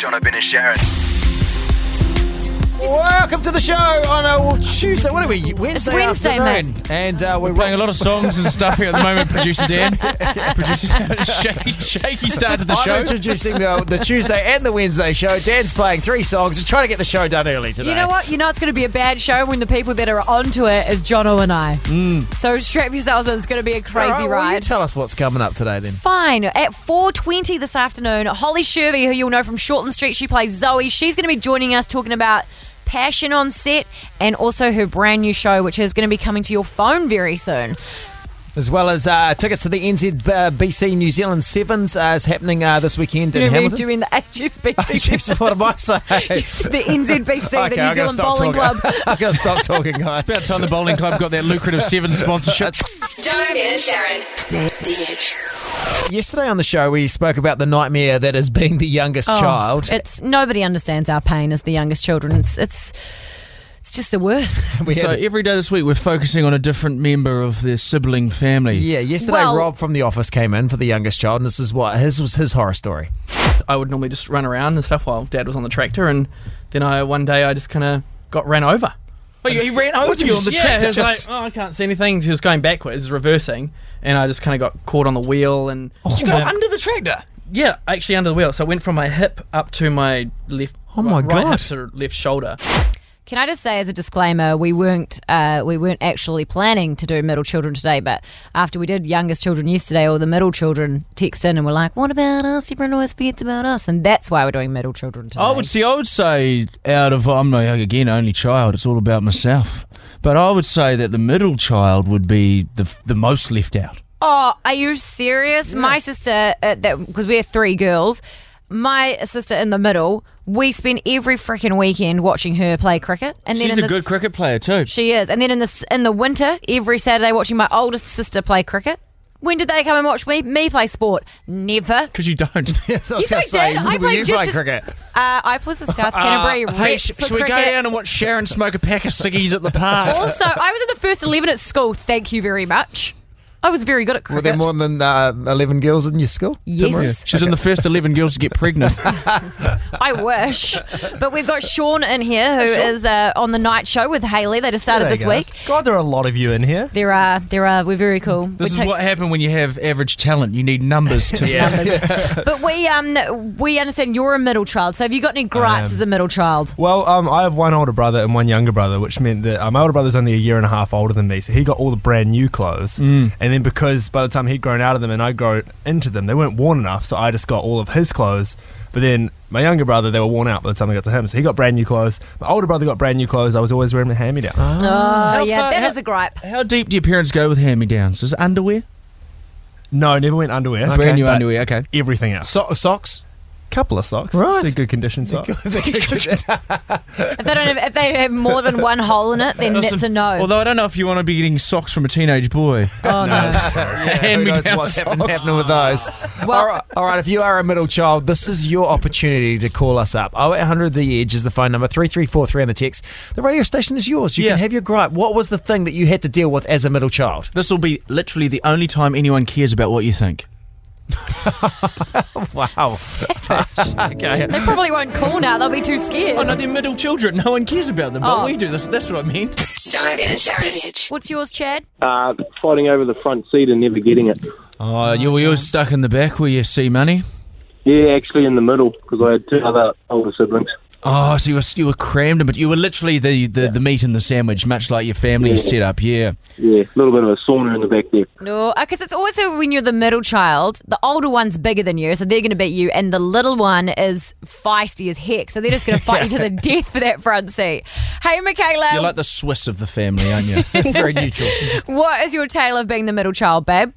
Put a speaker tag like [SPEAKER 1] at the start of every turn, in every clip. [SPEAKER 1] Jono, Ben, and Sharon.
[SPEAKER 2] Welcome to the show on a well, Tuesday. What are we? Wednesday,
[SPEAKER 3] Wednesday,
[SPEAKER 2] afternoon. And uh, we're
[SPEAKER 4] Playing a lot of songs and stuff here at the moment, producer Dan. Producer Dan. shaky, shaky start to the
[SPEAKER 2] I'm
[SPEAKER 4] show.
[SPEAKER 2] introducing the, the Tuesday and the Wednesday show. Dan's playing three songs. We're trying to get the show done early today.
[SPEAKER 3] You know what? You know it's going to be a bad show when the people that are onto it is Jono and I. So strap yourselves in. It's going to be a
[SPEAKER 2] All
[SPEAKER 3] crazy
[SPEAKER 2] right, Mm. well, you
[SPEAKER 3] ride.
[SPEAKER 2] tell us what's coming up today then.
[SPEAKER 3] Fine. At 4.20 this afternoon, Holly Shervey, who you'll know from Shortland Street, she plays Zoe. She's going to be joining us talking about passion on set and also her brand new show, which is going to be coming to your phone very soon.
[SPEAKER 2] As well as uh, tickets to the NZ uh, BC New Zealand Sevens uh, is happening uh, this weekend in
[SPEAKER 3] You're going to be
[SPEAKER 2] Hamilton.
[SPEAKER 3] doing the HSBC.
[SPEAKER 2] Jeez, what am I saying?
[SPEAKER 3] the NZBC,
[SPEAKER 2] Okay,
[SPEAKER 3] the New
[SPEAKER 2] I'm gonna
[SPEAKER 3] Zealand
[SPEAKER 2] stop
[SPEAKER 3] Bowling
[SPEAKER 2] talking.
[SPEAKER 3] Club.
[SPEAKER 2] I'm going to stop talking, guys.
[SPEAKER 4] About time the bowling club got their lucrative seven sponsorship.
[SPEAKER 5] Jono, Ben, and Sharon. The Edge.
[SPEAKER 2] Yesterday on the show, we spoke about the nightmare that is being the youngest
[SPEAKER 3] Oh,
[SPEAKER 2] child.
[SPEAKER 3] It's nobody understands our pain as the youngest children. It's it's it's just the worst.
[SPEAKER 2] We
[SPEAKER 4] So
[SPEAKER 2] had-
[SPEAKER 4] every day this week, we're focusing on a different member of their sibling family.
[SPEAKER 2] yeah, yesterday
[SPEAKER 3] Well-
[SPEAKER 2] Rob from the office came in for the youngest child, and this is what his was his horror story.
[SPEAKER 6] I would normally just run around and stuff while dad was on the tractor, and then I one day I just kind of got ran over.
[SPEAKER 4] Wait, Oh, he ran over
[SPEAKER 6] What
[SPEAKER 4] you on the
[SPEAKER 6] yeah,
[SPEAKER 4] tractor.
[SPEAKER 6] it was
[SPEAKER 4] Just-
[SPEAKER 6] like, oh, I can't see anything. She was going backwards, reversing, and I just kind of got caught on the wheel and
[SPEAKER 4] Did you go under the tractor?
[SPEAKER 6] yeah, actually under the wheel. So it went from my hip up to my left.
[SPEAKER 2] Oh my
[SPEAKER 6] right
[SPEAKER 2] God.
[SPEAKER 6] hip to left shoulder.
[SPEAKER 3] Can I just say as a disclaimer, we weren't uh, we weren't actually planning to do middle children today, but after we did youngest children yesterday, all the middle children text in and were like, "What about us? Everyone always forgets about us," and that's why we're doing middle children today.
[SPEAKER 4] I would see. I would say out of I'm no again only child. It's all about myself. But I would say that the middle child would be the the most left out.
[SPEAKER 3] Oh, are you serious? My sister, uh, that because we're three girls, my sister in the middle. We spend every freaking weekend watching her play cricket, and then
[SPEAKER 4] She's
[SPEAKER 3] in
[SPEAKER 4] a
[SPEAKER 3] the
[SPEAKER 4] good cricket player too.
[SPEAKER 3] She is. And then in the in the winter, every Saturday, watching my oldest sister play cricket. When did they come and watch me me play sport? Never.
[SPEAKER 4] Because you don't.
[SPEAKER 2] Yes, I was
[SPEAKER 3] You
[SPEAKER 2] gonna
[SPEAKER 3] guys did. I
[SPEAKER 2] will
[SPEAKER 3] played
[SPEAKER 2] you
[SPEAKER 3] just
[SPEAKER 2] play
[SPEAKER 3] as-
[SPEAKER 2] cricket.
[SPEAKER 3] Uh, I was a South Canterbury
[SPEAKER 4] Uh,
[SPEAKER 3] rep
[SPEAKER 4] hey, sh-
[SPEAKER 3] for
[SPEAKER 4] should we go
[SPEAKER 3] cricket.
[SPEAKER 4] down and watch Sharon smoke a pack of ciggies at the park?
[SPEAKER 3] Also, I was in the first eleven at school. Thank you very much. I was very good at
[SPEAKER 2] Were
[SPEAKER 3] cricket.
[SPEAKER 2] there more than uh, eleven girls in your school?
[SPEAKER 4] Yeah,
[SPEAKER 3] yes,
[SPEAKER 4] She's in the first eleven girls to get pregnant.
[SPEAKER 3] I wish. But we've got Sean in here who is uh, on the night show with Haley. They just started
[SPEAKER 2] There
[SPEAKER 3] this
[SPEAKER 2] you go.
[SPEAKER 3] week.
[SPEAKER 2] God, there are a lot of you in here.
[SPEAKER 3] There are, there are. uh, We're very cool.
[SPEAKER 4] This
[SPEAKER 3] We're
[SPEAKER 4] is
[SPEAKER 3] text-
[SPEAKER 4] what happened when you have average talent. You need numbers to.
[SPEAKER 3] But we, um, we understand you're a middle child. So have you got any
[SPEAKER 2] Um,
[SPEAKER 3] gripes
[SPEAKER 7] am.
[SPEAKER 3] as a middle child?
[SPEAKER 7] Well, um, I have one older brother and one younger brother, which meant that uh, my older brother's only a year and a half older than me, so he got all the brand new clothes.
[SPEAKER 2] Mm.
[SPEAKER 7] And then because by the time he'd grown out of them and I'd grown into them, they weren't worn enough, so I just got all of his clothes. But then my younger brother, they were worn out by the time I got to him, so he got brand new clothes. My older brother got brand new clothes. I was always wearing the hand-me-downs.
[SPEAKER 2] Ah.
[SPEAKER 3] Oh,
[SPEAKER 4] How
[SPEAKER 3] yeah,
[SPEAKER 4] far-
[SPEAKER 3] that
[SPEAKER 4] how-
[SPEAKER 3] is a gripe.
[SPEAKER 4] How deep do your parents go with hand me downs? Is it underwear?
[SPEAKER 7] No, never went underwear.
[SPEAKER 4] Brand new
[SPEAKER 7] but
[SPEAKER 4] underwear. Okay.
[SPEAKER 7] Everything else.
[SPEAKER 2] So- socks.
[SPEAKER 7] couple of socks.
[SPEAKER 2] Right.
[SPEAKER 7] They're good condition socks.
[SPEAKER 3] If they don't have, if they have more than one hole in it, then that's a no.
[SPEAKER 4] Although I don't know if you want to be getting socks from a teenage boy.
[SPEAKER 3] oh no.
[SPEAKER 4] hand me
[SPEAKER 2] Who knows
[SPEAKER 4] down
[SPEAKER 2] what's
[SPEAKER 4] socks.
[SPEAKER 2] happening, happening with those.
[SPEAKER 3] Well-
[SPEAKER 2] all, right, all right, if you are a middle child, this is your opportunity to call us up. 0800 The Edge is the phone number, 3343 on the text. The radio station is yours. You
[SPEAKER 4] Yeah.
[SPEAKER 2] can have your gripe. What was the thing that you had to deal with as a middle child?
[SPEAKER 4] This will be literally the only time anyone cares about what you think.
[SPEAKER 2] Wow.
[SPEAKER 3] they probably won't call now. They'll be too scared.
[SPEAKER 4] Oh no, they're middle children. No one cares about them, but
[SPEAKER 3] Oh.
[SPEAKER 4] we do this. That's what I meant.
[SPEAKER 5] Jono, Ben, and Sharon. The Edge.
[SPEAKER 3] What's yours, Chad?
[SPEAKER 8] uh, fighting over the front seat and never getting it.
[SPEAKER 4] Oh, you were you were stuck in the back where you see money.
[SPEAKER 8] Yeah, actually in the middle because I had two other older siblings.
[SPEAKER 4] Oh, so you were you were crammed, but you were literally the the, the meat in the sandwich, much like your family set up. Yeah.
[SPEAKER 8] Yeah, a little bit of a sauna in the back there.
[SPEAKER 3] No, because it's also when you're the middle child, the older one's bigger than you, so they're going to beat you, and the little one is feisty as heck, so they're just going to fight you to the death for that front seat. Hey, Michaela,
[SPEAKER 4] You're like the Swiss of the family, aren't you?
[SPEAKER 2] Very neutral.
[SPEAKER 3] what is your tale of being the middle child, babe?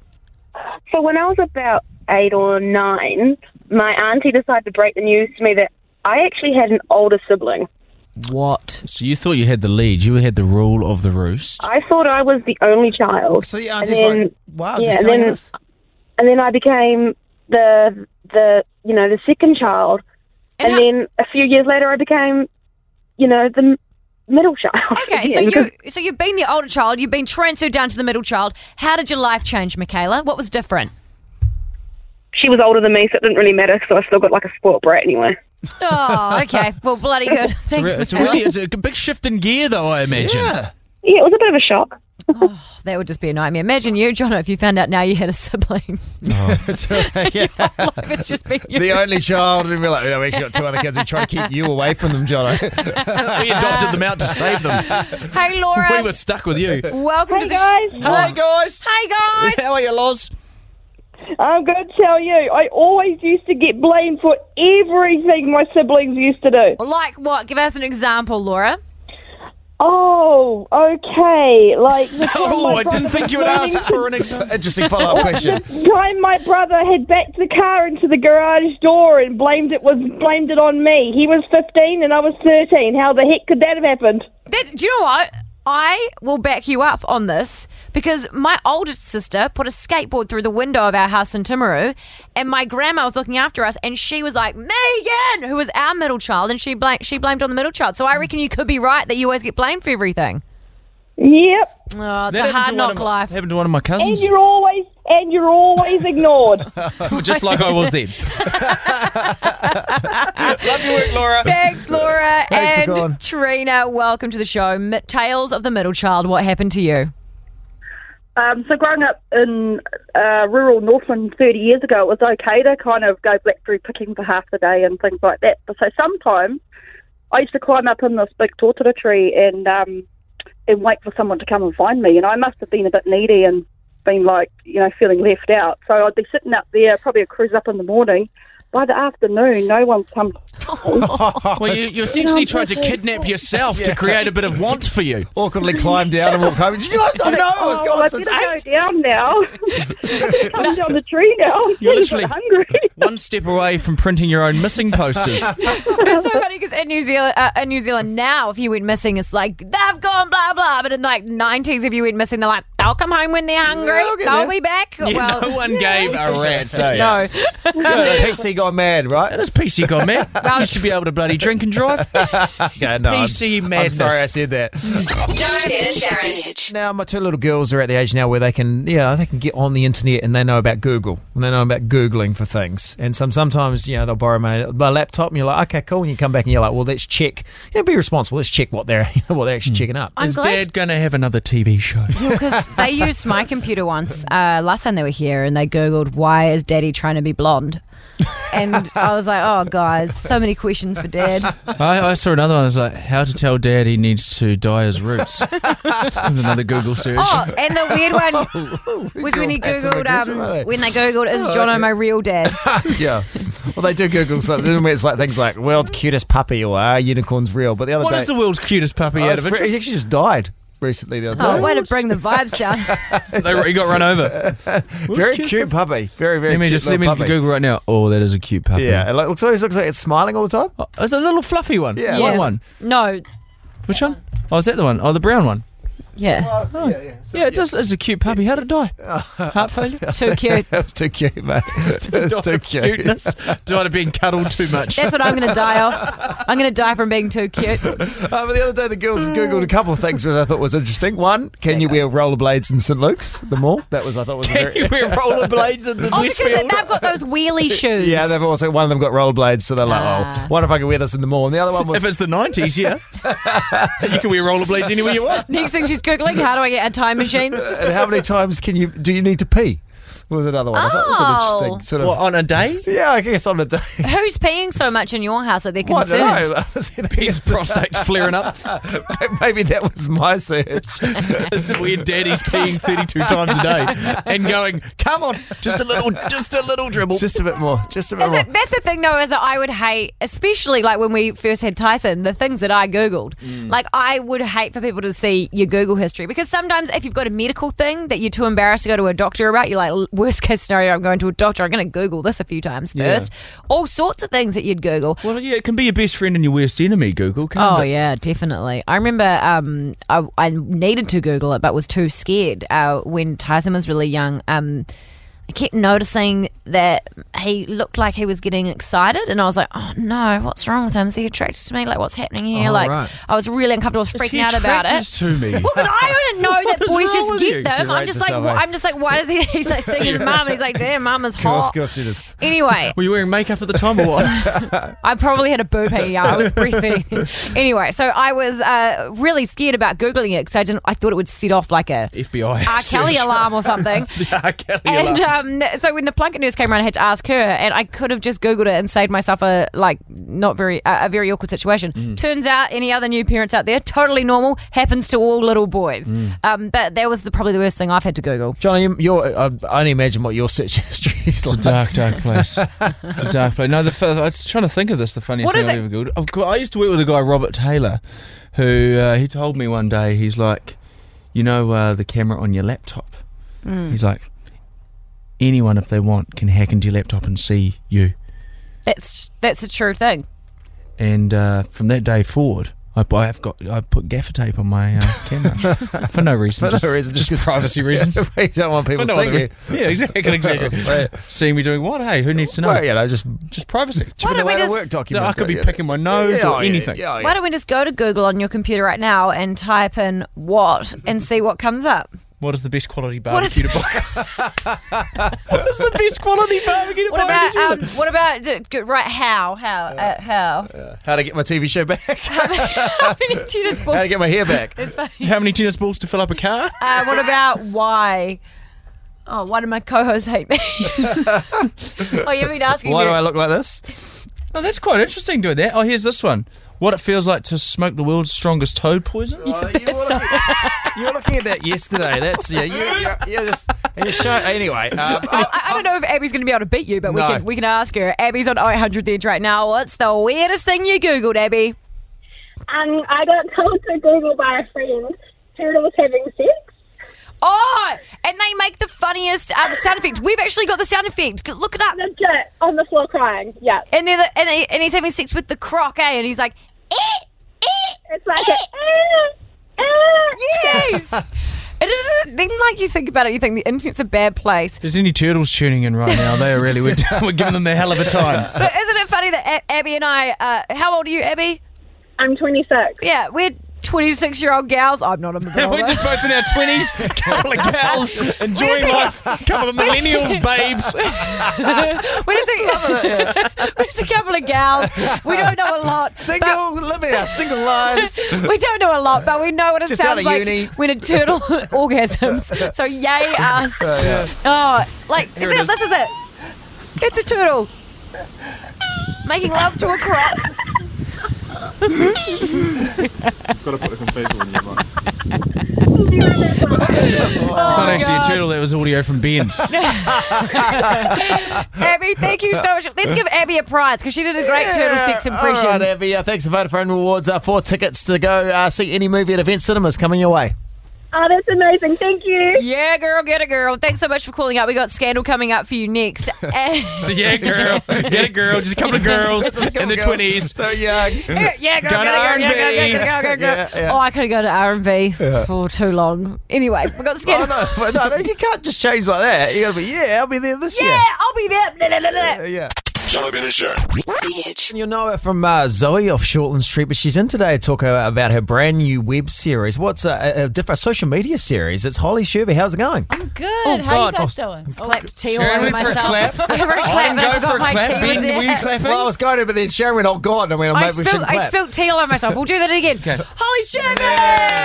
[SPEAKER 9] So when I was about eight or nine, my auntie decided to break the news to me that I actually had an older sibling.
[SPEAKER 3] What?
[SPEAKER 4] so you thought you had the lead. You had the rule of the roost.
[SPEAKER 9] I thought I was the only child.
[SPEAKER 2] So your
[SPEAKER 9] And
[SPEAKER 2] auntie's
[SPEAKER 9] then-
[SPEAKER 2] like, wow,
[SPEAKER 9] yeah,
[SPEAKER 2] just
[SPEAKER 9] and
[SPEAKER 2] telling you
[SPEAKER 9] then-
[SPEAKER 2] this.
[SPEAKER 9] and then I became the the you know the second child,
[SPEAKER 3] And
[SPEAKER 9] and,
[SPEAKER 3] how-
[SPEAKER 9] then a few years later I became, you know, the m- middle child.
[SPEAKER 3] Okay, so
[SPEAKER 9] again,
[SPEAKER 3] you
[SPEAKER 9] because
[SPEAKER 3] so you've been the older child, you've been transferred down to the middle child. How did your life change, Michaela? What was different?
[SPEAKER 9] she was older than me, so it didn't really matter. So I still got like a sport brat anyway.
[SPEAKER 3] Oh, okay. Well, bloody good. Thanks,
[SPEAKER 4] it's a
[SPEAKER 3] Michaela.
[SPEAKER 4] really it's a big shift in gear though. I imagine.
[SPEAKER 9] Yeah, it was a bit of a shock.
[SPEAKER 3] That would just be a nightmare. Imagine you, John, if you found out now you had a sibling. Like, it's just been you.
[SPEAKER 2] The only child, and we're like, no, we actually got two other kids. We try to keep you away from them, Jono.
[SPEAKER 4] we adopted them out to save them.
[SPEAKER 3] hey, Laura.
[SPEAKER 4] We were stuck with you.
[SPEAKER 3] welcome to
[SPEAKER 9] Hey
[SPEAKER 3] the
[SPEAKER 9] guys,
[SPEAKER 4] Hey guys.
[SPEAKER 3] Hey, guys.
[SPEAKER 4] How are you, Loz?
[SPEAKER 9] I'm going to tell you, I always used to get blamed for everything my siblings used to do.
[SPEAKER 3] Like what? Give us an example, Laura.
[SPEAKER 9] Oh, okay. Like the time
[SPEAKER 4] Oh,
[SPEAKER 9] my
[SPEAKER 4] I didn't
[SPEAKER 9] brother
[SPEAKER 4] think you would
[SPEAKER 9] was
[SPEAKER 4] ask
[SPEAKER 9] learning-
[SPEAKER 4] for an example.
[SPEAKER 2] Interesting follow up question.
[SPEAKER 9] The time my brother had backed the car into the garage door and blamed it was blamed it on me. He was 15 and I was 13. How the heck could that have happened?
[SPEAKER 3] That, do you know what? I will back you up on this because my oldest sister put a skateboard through the window of our house in Timaru, and my grandma was looking after us, and she was like Megan, who was our middle child, and she blamed she blamed on the middle child. So I reckon you could be right that you always get blamed for everything.
[SPEAKER 9] Yep.
[SPEAKER 3] Oh, it's
[SPEAKER 4] That
[SPEAKER 3] a
[SPEAKER 4] happened to
[SPEAKER 3] hard
[SPEAKER 4] one
[SPEAKER 3] knock
[SPEAKER 4] of my-
[SPEAKER 3] life.
[SPEAKER 4] Happened to one of my
[SPEAKER 9] And
[SPEAKER 4] cousins.
[SPEAKER 9] you're always and you're always ignored.
[SPEAKER 4] Just like I was then. Love your work, Laura.
[SPEAKER 3] Thanks, Laura
[SPEAKER 2] Thanks for calling.
[SPEAKER 3] and Trina. Welcome to the show. M- Tales of the Middle Child. What happened to you?
[SPEAKER 1] Um, so growing up in uh, rural Northland 30 years ago, it was okay to kind of go blackberry picking for half the day and things like that. But so sometimes I used to climb up in this big tortola tree and um, and wait for someone to come and find me. And I must have been a bit needy and been like, you know, feeling left out. So I'd be sitting up there, probably a cruise up in the morning. By the afternoon, no one's come.
[SPEAKER 4] Well, you, you essentially tried to kidnap yourself to create a bit of want for you.
[SPEAKER 2] Awkwardly climbed down and walked home. Did you guys not know I was
[SPEAKER 1] oh,
[SPEAKER 2] gone
[SPEAKER 1] well, I
[SPEAKER 2] since
[SPEAKER 1] better
[SPEAKER 2] eight?
[SPEAKER 1] go down now. come down the tree now.
[SPEAKER 4] You're
[SPEAKER 1] I'm
[SPEAKER 4] literally-
[SPEAKER 1] hungry.
[SPEAKER 4] One step away from printing your own missing posters.
[SPEAKER 3] It's so funny because in New Zealand, uh, in New Zealand now, if you went missing, it's like they've gone blah blah. But in like nineties, if you went missing, they're like they'll come home when they're hungry.
[SPEAKER 2] Yeah, I'll get
[SPEAKER 3] they'll
[SPEAKER 2] there.
[SPEAKER 3] be back.
[SPEAKER 4] Yeah,
[SPEAKER 3] well,
[SPEAKER 4] no one gave a rat's ass.
[SPEAKER 3] no.
[SPEAKER 2] PC gone mad, right?
[SPEAKER 4] That's PC got man. You should be able to bloody drink and drive.
[SPEAKER 2] Okay, no, I'm-
[SPEAKER 4] PC
[SPEAKER 2] I'm
[SPEAKER 4] madness.
[SPEAKER 2] sorry I said that.
[SPEAKER 5] Jono, Ben, and Sharon.
[SPEAKER 2] Now my two little girls are at the age now where they can, yeah, they can get on the internet and they know about Google and they know about googling for things. And some sometimes, you know, they'll borrow my, my laptop and you're like, okay, cool. And you come back and you're like, well, let's check. Yeah, be responsible. Let's check what they're what they're
[SPEAKER 4] Hmm.
[SPEAKER 2] actually checking up.
[SPEAKER 3] I'm
[SPEAKER 4] Is
[SPEAKER 3] glad-
[SPEAKER 4] Dad going to have another TV show?
[SPEAKER 3] because they used my computer once uh, last time they were here and they googled why is daddy trying to be blonde and i was like oh guys so many questions for dad
[SPEAKER 4] I, I saw another one. I was like, how to tell Dad he needs to dye his roots. There's another Google search.
[SPEAKER 3] oh and the weird one was when he
[SPEAKER 2] passive
[SPEAKER 3] googled
[SPEAKER 2] aggressive, aren't they?
[SPEAKER 3] um, when they googled is
[SPEAKER 4] Oh,
[SPEAKER 3] jono my real dad
[SPEAKER 2] yeah. Well, they do Google stuff. Then it's like things like world's cutest puppy or are unicorns real? But the other
[SPEAKER 4] What
[SPEAKER 2] day,
[SPEAKER 4] is the world's cutest puppy
[SPEAKER 2] Oh,
[SPEAKER 4] out
[SPEAKER 2] it's
[SPEAKER 4] of
[SPEAKER 2] pre- he
[SPEAKER 4] interest?
[SPEAKER 2] actually just died recently. The other day.
[SPEAKER 3] oh way to bring the vibes down
[SPEAKER 4] They, he got run over.
[SPEAKER 2] very cute, puppy. Very very.
[SPEAKER 4] Let me
[SPEAKER 2] cute
[SPEAKER 4] just let me
[SPEAKER 2] little puppy.
[SPEAKER 4] Google right now. Oh, that is a cute puppy.
[SPEAKER 2] Yeah, it lo- looks always looks like it's smiling all the time.
[SPEAKER 4] Oh, it's a little fluffy one.
[SPEAKER 2] Yeah,
[SPEAKER 4] White
[SPEAKER 2] Yeah.
[SPEAKER 4] one.
[SPEAKER 3] no
[SPEAKER 4] Which one? Oh, is that the one? Oh, the brown one.
[SPEAKER 3] yeah
[SPEAKER 2] yeah, yeah.
[SPEAKER 4] Oh, yeah, it does. It's a cute puppy. How did it die? Heart failure.
[SPEAKER 3] too cute
[SPEAKER 2] That was too cute, mate. That was
[SPEAKER 4] Died
[SPEAKER 2] too
[SPEAKER 4] of
[SPEAKER 2] cute.
[SPEAKER 4] Cuteness. Died of being cuddled too much.
[SPEAKER 3] that's what i'm gonna die off i'm gonna die from being too cute Oh,
[SPEAKER 2] Uh, but the other day, the girls googled a couple of things which I thought was interesting. One, can you wear rollerblades in St Luke's? The mall that was I thought was a
[SPEAKER 4] you
[SPEAKER 2] very.
[SPEAKER 4] wear rollerblades in the
[SPEAKER 3] oh because
[SPEAKER 4] Westfield.
[SPEAKER 3] they've got those wheelie shoes
[SPEAKER 2] Yeah, they've also one of them got rollerblades, so they're like,
[SPEAKER 3] Ah.
[SPEAKER 2] oh, what if I could wear this in the mall? And the other one was
[SPEAKER 4] If it's the 90s, yeah. you can wear rollerblades anywhere you want.
[SPEAKER 3] next thing she's googling how do i get a time machine
[SPEAKER 2] and how many times can you do you need to pee? Was another one. I thought it was
[SPEAKER 3] Oh.
[SPEAKER 2] an interesting sort of.
[SPEAKER 4] What, on a day?
[SPEAKER 2] Yeah, I guess on a day.
[SPEAKER 3] Who's peeing so much in your house that they're
[SPEAKER 2] I
[SPEAKER 3] concerned?
[SPEAKER 2] don't know. I was thinking,
[SPEAKER 4] His prostate's flaring up.
[SPEAKER 2] Maybe that was my search.
[SPEAKER 4] This is weird daddy's peeing 32 times a day and going, come on, just a little, just a little dribble.
[SPEAKER 2] just a bit more. Just a bit
[SPEAKER 3] Is
[SPEAKER 2] more.
[SPEAKER 3] it- that's the thing, though, is that I would hate, especially like when we first had Tyson, the things that I Googled.
[SPEAKER 2] Mm.
[SPEAKER 3] Like, I would hate for people to see your Google history because sometimes if you've got a medical thing that you're too embarrassed to go to a doctor about, you're like, worst case scenario, I'm going to a doctor. I'm going to Google this a few times first. All sorts of things that you'd Google.
[SPEAKER 4] well, yeah, it can be your best friend and your worst enemy, Google, can't
[SPEAKER 3] Oh
[SPEAKER 4] it?
[SPEAKER 3] yeah, definitely. I remember um, I, I needed to Google it, but was too scared uh, when Tyson was really young. Um, kept noticing that he looked like he was getting excited, and I was like, "Oh no, what's wrong with him? Is he attracted to me? Like, what's happening here?"
[SPEAKER 2] Oh,
[SPEAKER 3] like,
[SPEAKER 2] right.
[SPEAKER 3] I was really uncomfortable,
[SPEAKER 4] Is he
[SPEAKER 3] freaking out about
[SPEAKER 4] attracted
[SPEAKER 3] it.
[SPEAKER 4] to me.
[SPEAKER 3] Well, because I didn't know that
[SPEAKER 4] What is
[SPEAKER 3] boys
[SPEAKER 4] wrong
[SPEAKER 3] just
[SPEAKER 4] with
[SPEAKER 3] get
[SPEAKER 4] you?
[SPEAKER 3] them.
[SPEAKER 2] She
[SPEAKER 3] I'm
[SPEAKER 2] rates
[SPEAKER 3] just like,
[SPEAKER 2] herself,
[SPEAKER 3] wha-
[SPEAKER 2] eh?
[SPEAKER 3] I'm just like, why does he? He's like seeing his mum, and he's like, damn, mum is
[SPEAKER 2] Of
[SPEAKER 3] hot.
[SPEAKER 2] course it is.
[SPEAKER 3] Anyway,
[SPEAKER 6] Were you wearing makeup at the time or what?
[SPEAKER 3] I probably had a boob hanging out. I was breastfeeding. anyway, so I was uh, really scared about googling it because I didn't. I thought it would set off like a
[SPEAKER 4] FBI.
[SPEAKER 3] R. Kelly
[SPEAKER 4] search.
[SPEAKER 3] alarm or something.
[SPEAKER 4] The R. Kelly
[SPEAKER 3] And
[SPEAKER 4] alarm.
[SPEAKER 3] um, so when the Plunkett news came around, I had to ask her, and I could have just googled it and saved myself a like not very a a very awkward situation.
[SPEAKER 4] Mm.
[SPEAKER 3] Turns out, any other new parents out there, totally normal, happens to all little boys.
[SPEAKER 4] Mm.
[SPEAKER 3] Um, but that was the, probably the worst thing I've had to Google.
[SPEAKER 2] Johnny, you- you're, I I only imagine what your search history is
[SPEAKER 4] It's a
[SPEAKER 2] like.
[SPEAKER 4] dark, dark place. it's a dark place. No, the fu- I was trying to think of this. The funniest
[SPEAKER 3] What
[SPEAKER 4] thing
[SPEAKER 3] is
[SPEAKER 4] I've
[SPEAKER 3] it?
[SPEAKER 4] ever Googled. Oh, God, I used to work with a guy, Robert Taylor, who uh, he told me one day. He's like, you know, uh, the camera on your laptop.
[SPEAKER 2] Hmm.
[SPEAKER 4] He's like, anyone if they want can hack into your laptop and see you.
[SPEAKER 3] That's that's a true thing.
[SPEAKER 4] And uh, from that day forward. I, I've got. I put gaffer tape on my uh, camera for no reason.
[SPEAKER 2] For no
[SPEAKER 4] just,
[SPEAKER 2] reason, just
[SPEAKER 4] just,
[SPEAKER 2] 'cause-
[SPEAKER 4] privacy reasons.
[SPEAKER 2] you don't want people
[SPEAKER 4] For no
[SPEAKER 2] seeing
[SPEAKER 4] other
[SPEAKER 2] you.
[SPEAKER 4] re- Yeah, exactly, exactly.
[SPEAKER 2] Right.
[SPEAKER 4] Seeing me doing what? Hey, who needs to know?
[SPEAKER 2] Well, you know, just
[SPEAKER 4] Just privacy.
[SPEAKER 2] chipping
[SPEAKER 3] don't
[SPEAKER 2] away
[SPEAKER 3] we
[SPEAKER 2] at a
[SPEAKER 3] just-
[SPEAKER 2] work document.
[SPEAKER 4] No, I could be
[SPEAKER 2] yeah.
[SPEAKER 4] picking my nose
[SPEAKER 2] Yeah,
[SPEAKER 4] or
[SPEAKER 2] oh, yeah,
[SPEAKER 4] anything.
[SPEAKER 2] yeah, oh, yeah.
[SPEAKER 3] Why don't we just go to Google on your computer right now and type in what and see what comes up?
[SPEAKER 4] What is the best quality
[SPEAKER 2] Um,
[SPEAKER 3] What is
[SPEAKER 4] barbecue to buy? what is the best quality barbecue to
[SPEAKER 3] What about um, what about d- g- right? How how uh, how?
[SPEAKER 2] How to get my TV show back? How
[SPEAKER 3] How many tennis
[SPEAKER 2] to
[SPEAKER 3] balls?
[SPEAKER 2] get my hair back?
[SPEAKER 3] It's funny.
[SPEAKER 4] How many tennis balls to fill up a car?
[SPEAKER 3] Uh, what about why? Oh, why do my co-hosts hate me? oh, you've been asking
[SPEAKER 2] Why
[SPEAKER 3] me.
[SPEAKER 2] do I look like this?
[SPEAKER 4] Oh, that's quite interesting doing that. Oh, here's this one. What it feels like to smoke the world's strongest toad poison?
[SPEAKER 2] Oh, you, were looking, you were looking at that yesterday. That's yeah. You, you're, you're just and you're showing anyway. Um,
[SPEAKER 3] I, I don't know if Abby's going to be able to beat you, but we
[SPEAKER 2] No.
[SPEAKER 3] can we can ask her. Abby's on 800 the edge right now. What's the weirdest thing you googled, Abby?
[SPEAKER 9] Um, I got told to Google by a friend turtles having sex.
[SPEAKER 3] Oh, and they make the funniest um, sound effect. We've actually got the sound effect. G- Look it up.
[SPEAKER 9] Legit, on the floor crying. Yeah,
[SPEAKER 3] And they're the, and, he, and he's having sex with the croc, eh? And he's like, eh, eh,
[SPEAKER 9] it's like
[SPEAKER 3] eh.
[SPEAKER 9] a. "Eh, eh."
[SPEAKER 3] Yes. It is then like you think about it, you think the internet's a bad place.
[SPEAKER 4] If there's any turtles tuning in right now, they are really, we're, we're giving them a hell of a time.
[SPEAKER 3] But isn't it funny that A- Abby and I? Uh, how old are you, Abby?
[SPEAKER 9] I'm 26.
[SPEAKER 3] Yeah, we're twenty-six-year-old gals. I'm not. I'm a
[SPEAKER 4] We're
[SPEAKER 2] uh,
[SPEAKER 3] bit
[SPEAKER 4] just both in our 20s, couple of gals, enjoying life, couple of millennial babes.
[SPEAKER 3] We're just, we're just a couple of gals. We don't know a lot. but-
[SPEAKER 2] single, living our single lives.
[SPEAKER 3] We don't know a lot, but we know what it
[SPEAKER 2] Just out
[SPEAKER 3] sounds
[SPEAKER 2] of
[SPEAKER 3] like
[SPEAKER 2] uni.
[SPEAKER 3] when a turtle orgasms. So yay us! Oh, like is
[SPEAKER 2] it
[SPEAKER 3] it-
[SPEAKER 2] is.
[SPEAKER 3] this is it. It's a turtle making love to a croc.
[SPEAKER 8] Gotta put some facial in your mouth.
[SPEAKER 4] It's not
[SPEAKER 3] my
[SPEAKER 4] actually
[SPEAKER 3] God.
[SPEAKER 4] a turtle, that was audio from Ben.
[SPEAKER 3] Abby, thank you so much. Let's give Abby a prize because she did a great turtle sex impression.
[SPEAKER 2] All right, Abby. Uh, thanks to Vodafone Rewards. Uh, four tickets to go uh, see any movie at Event Cinemas coming your way.
[SPEAKER 9] Oh, that's amazing. Thank you.
[SPEAKER 3] Yeah, girl, get a girl. Thanks so much for calling up. We got Scandal coming up for you next. And-
[SPEAKER 4] Yeah, girl. Get a girl. Just a couple of girls in the twenties.
[SPEAKER 2] So young.
[SPEAKER 3] yeah, girl, get a
[SPEAKER 4] Go to
[SPEAKER 3] girl, yeah, girl,
[SPEAKER 4] R&B.
[SPEAKER 3] yeah, girl, yeah, girl, yeah,
[SPEAKER 2] Yeah,
[SPEAKER 3] girl.
[SPEAKER 2] yeah.
[SPEAKER 3] Oh, I could have gone to R and B for too long. Anyway, we got
[SPEAKER 2] Oh,
[SPEAKER 3] Scandal.
[SPEAKER 2] no, but no, you can't just change like that. You gotta be, yeah, I'll be there this
[SPEAKER 3] yeah,
[SPEAKER 2] year.
[SPEAKER 3] I'll be there. Blah, blah, blah, blah.
[SPEAKER 2] Uh, yeah.
[SPEAKER 10] Jono Ben and Sharon.
[SPEAKER 5] The Edge.
[SPEAKER 2] And You'll know her from uh, Zoe off Shortland Street, but she's in today to talk uh, about her brand new web series. What's uh, a, a, a different social media series? It's Holly Shervey. How's it going?
[SPEAKER 11] Good. How
[SPEAKER 6] God.
[SPEAKER 11] you guys doing?
[SPEAKER 3] Oh, Clapped tea all
[SPEAKER 4] Sharon
[SPEAKER 3] over
[SPEAKER 4] went for a
[SPEAKER 3] myself.
[SPEAKER 4] clap.
[SPEAKER 3] I went for a clap,
[SPEAKER 4] I'm
[SPEAKER 3] but I
[SPEAKER 4] going
[SPEAKER 3] forgot
[SPEAKER 4] for a
[SPEAKER 3] my
[SPEAKER 4] clap.
[SPEAKER 3] tea
[SPEAKER 4] Ben,
[SPEAKER 3] was there.
[SPEAKER 4] were you clapping?
[SPEAKER 2] Well, I was going to, but then Sharon went, oh, God. I mean,
[SPEAKER 3] I
[SPEAKER 2] maybe we
[SPEAKER 3] spilled,
[SPEAKER 2] shouldn't
[SPEAKER 3] I
[SPEAKER 2] clap.
[SPEAKER 3] spilled tea all over myself. We'll do that again. Holy shit!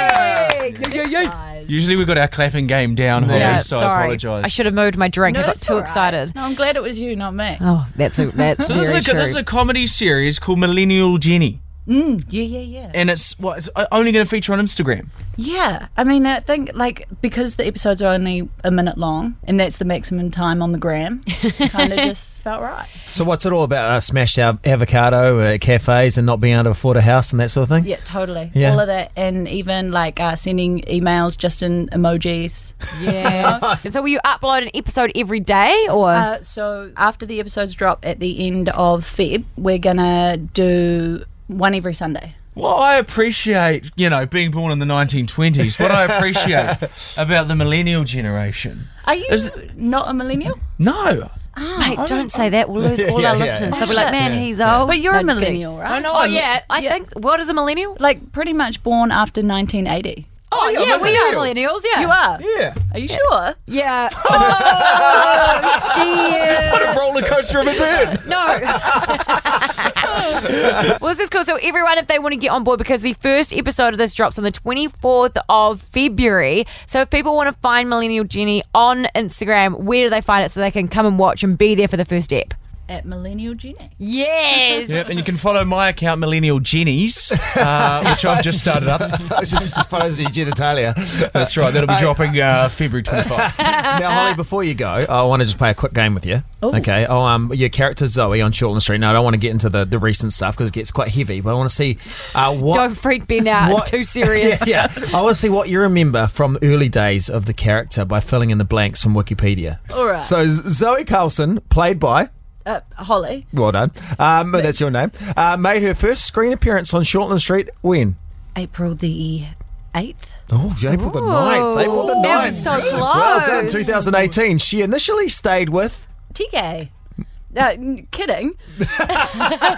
[SPEAKER 3] Yeah, yeah, yeah.
[SPEAKER 4] Usually we've got our clapping game down, Holly,
[SPEAKER 2] Yeah,
[SPEAKER 4] so I
[SPEAKER 3] sorry.
[SPEAKER 4] apologise.
[SPEAKER 3] I should have moved my drink. I got
[SPEAKER 11] it's
[SPEAKER 3] too
[SPEAKER 11] all right.
[SPEAKER 3] excited.
[SPEAKER 11] No, I'm glad it was you, not me.
[SPEAKER 3] Oh, that's a, that's
[SPEAKER 4] So
[SPEAKER 3] very
[SPEAKER 4] this is, a,
[SPEAKER 3] true.
[SPEAKER 4] this is a comedy series called Millennial Jenny,
[SPEAKER 11] Yeah, yeah, yeah.
[SPEAKER 4] and it's what it's only going to feature on Instagram.
[SPEAKER 11] Yeah. I mean, I think, like, because the episodes are only a minute long, and that's the maximum time on the gram, kind of just felt right.
[SPEAKER 2] So what's it all about? Uh, smashed av- avocado uh, at cafes and not being able to afford a house and that sort of thing?
[SPEAKER 11] Yeah, totally.
[SPEAKER 2] Yeah.
[SPEAKER 11] All of that. And even, like, uh, sending emails just in emojis.
[SPEAKER 3] yes. so will you upload an episode every day or?
[SPEAKER 11] Uh, so after the episodes drop at the end of Feb, we're going to do one every Sunday.
[SPEAKER 4] What I appreciate, you know, being born in the 1920s, what I appreciate about the millennial generation.
[SPEAKER 11] Are you not a millennial?
[SPEAKER 4] No.
[SPEAKER 3] Mate, don't, say that. We'll lose all
[SPEAKER 4] Yeah,
[SPEAKER 3] our
[SPEAKER 4] yeah,
[SPEAKER 3] listeners.
[SPEAKER 4] yeah.
[SPEAKER 3] They'll be like, man,
[SPEAKER 4] Yeah.
[SPEAKER 3] he's
[SPEAKER 4] Yeah.
[SPEAKER 3] old.
[SPEAKER 11] Oh, But you're
[SPEAKER 3] No,
[SPEAKER 11] a
[SPEAKER 3] I'm just kidding.
[SPEAKER 11] millennial, right?
[SPEAKER 4] I know,
[SPEAKER 3] Oh,
[SPEAKER 4] I'm-
[SPEAKER 3] yeah. I think, what is a millennial?
[SPEAKER 11] Like pretty much born after 1980.
[SPEAKER 3] Oh,
[SPEAKER 4] yeah,
[SPEAKER 3] yeah,
[SPEAKER 4] I'm a
[SPEAKER 3] we are
[SPEAKER 4] millennial.
[SPEAKER 3] millennials, yeah.
[SPEAKER 11] You are.
[SPEAKER 4] Yeah.
[SPEAKER 11] Are you sure?
[SPEAKER 3] Yeah. Oh, shit.
[SPEAKER 4] What a roller coaster of a bird.
[SPEAKER 3] No. well, this is cool. So, everyone, if they want to get on board, because the first episode of this drops on the 24th of February. So, if people want to find Millennial Jenny on Instagram, where do they find it so they can come and watch and be there for the first step?
[SPEAKER 11] At Millennial Genius.
[SPEAKER 3] Yes.
[SPEAKER 4] Yep, and you can follow my account, Millennial Jennies, uh, which I've just started up.
[SPEAKER 2] It's just just follows your genitalia.
[SPEAKER 4] That's right. That'll be dropping uh, February 25.
[SPEAKER 3] Uh,
[SPEAKER 2] now, Holly, before you go, I want to just play a quick game with you. Okay. Oh, um, your character Zoe on Shortland Street. Now, I don't want to get into the, the recent stuff because it gets quite heavy, but I want to see uh, what.
[SPEAKER 3] Don't freak Ben out.
[SPEAKER 2] what-
[SPEAKER 3] It's too serious.
[SPEAKER 2] yeah, yeah. I want to see what you remember from early days of the character by filling in the blanks from Wikipedia.
[SPEAKER 11] All right.
[SPEAKER 2] So Z- Zoe Carlson, played by
[SPEAKER 11] Uh, Holly.
[SPEAKER 2] well done, um, that's your name, uh, made her first screen appearance on Shortland Street when?
[SPEAKER 11] April the 8th.
[SPEAKER 2] Oh, April the 9th. April the 9th.
[SPEAKER 3] that was so close.
[SPEAKER 2] Well done, 2018. She initially stayed with.
[SPEAKER 11] TK. Uh, n- kidding.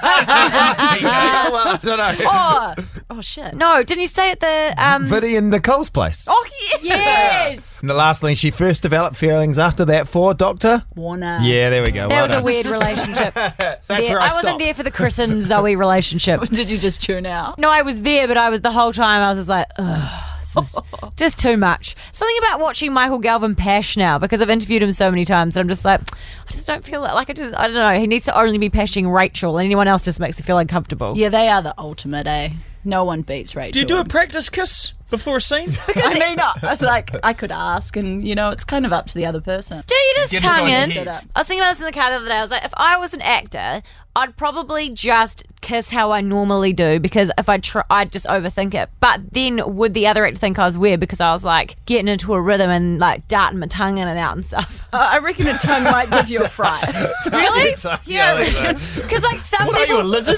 [SPEAKER 2] well, I don't know.
[SPEAKER 11] Oh, oh shit.
[SPEAKER 3] No, didn't you stay at the. Um,
[SPEAKER 2] Viddy and Nicole's place.
[SPEAKER 11] Oh, yeah.
[SPEAKER 3] yes.
[SPEAKER 2] And the last thing, she first developed feelings after that for Doctor.
[SPEAKER 11] Warner.
[SPEAKER 2] Yeah, there we go.
[SPEAKER 3] That
[SPEAKER 2] well
[SPEAKER 3] was
[SPEAKER 2] done.
[SPEAKER 3] a weird relationship.
[SPEAKER 2] That's
[SPEAKER 3] There-
[SPEAKER 2] where I,
[SPEAKER 3] I, wasn't
[SPEAKER 2] stopped.
[SPEAKER 3] there for the Chris and Zoe relationship.
[SPEAKER 11] Did you just tune out?
[SPEAKER 3] No, I was there, but I was the whole time. I was just like, ugh. this is Just too much. Something about watching Michael Galvin Pash now because I've interviewed him so many times that I'm just like, I just don't feel like, like I just, I don't know. He needs to only be pashing Rachel, and anyone else just makes me feel uncomfortable.
[SPEAKER 11] Yeah, they are the ultimate, eh? No one beats Rachel.
[SPEAKER 4] Do you do a practice kiss before a scene?
[SPEAKER 11] I mean, I- like I could ask, and you know, it's kind of up to the other person.
[SPEAKER 3] Do you just
[SPEAKER 4] Get
[SPEAKER 3] tongue
[SPEAKER 4] inside
[SPEAKER 3] in?
[SPEAKER 4] your
[SPEAKER 11] head.
[SPEAKER 3] I was thinking about this in the car the other day. I was like, if I was an actor, I'd probably just kiss how I normally do because if I try, I'd just overthink it. But then would the other actor think I was weird because I was like getting into a rhythm and like darting my tongue in and out and stuff?
[SPEAKER 11] I I reckon a tongue might give you a fright.
[SPEAKER 3] Really?
[SPEAKER 2] Yeah, I think so.
[SPEAKER 3] Because like some
[SPEAKER 4] What are
[SPEAKER 3] people,
[SPEAKER 4] you, a lizard?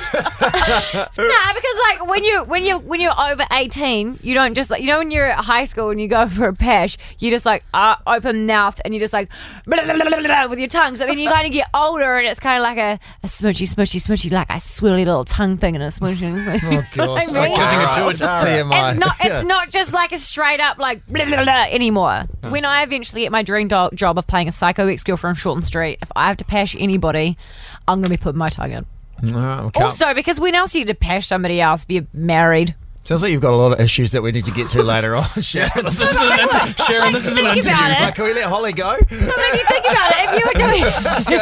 [SPEAKER 3] nah. Because like when you when you when you're over eighteen, you don't just like you know when you're at high school and you go for a pesh, you just like uh, open mouth and you just like blah, blah, blah, blah, blah, with your tongue. So then you kind of get older and it's kind of like a, a smoochy smoochy smoochy like a swirly little tongue thing and a smoochy.
[SPEAKER 2] Oh, gosh.
[SPEAKER 3] It's like kissing a
[SPEAKER 4] tuatara.
[SPEAKER 2] TMI.
[SPEAKER 3] It's not. It's
[SPEAKER 2] Yeah.
[SPEAKER 3] not just like a straight up like blah, blah, blah anymore. When I eventually get my dream do- job of playing a psycho ex girlfriend on Shorten Street, if I have to pash anybody, I'm gonna be putting my tongue in.
[SPEAKER 2] No, I can't.
[SPEAKER 3] Also, because when else are you to pash somebody else if you're married?
[SPEAKER 2] Sounds like you've got a lot of issues that we need to get to later on. Sharon,
[SPEAKER 4] this is an inter- Sharon, this is an
[SPEAKER 3] Think
[SPEAKER 4] interview.
[SPEAKER 3] about
[SPEAKER 2] Like,
[SPEAKER 3] it.
[SPEAKER 2] can we let Holly go?
[SPEAKER 3] No, but if you think about it, if you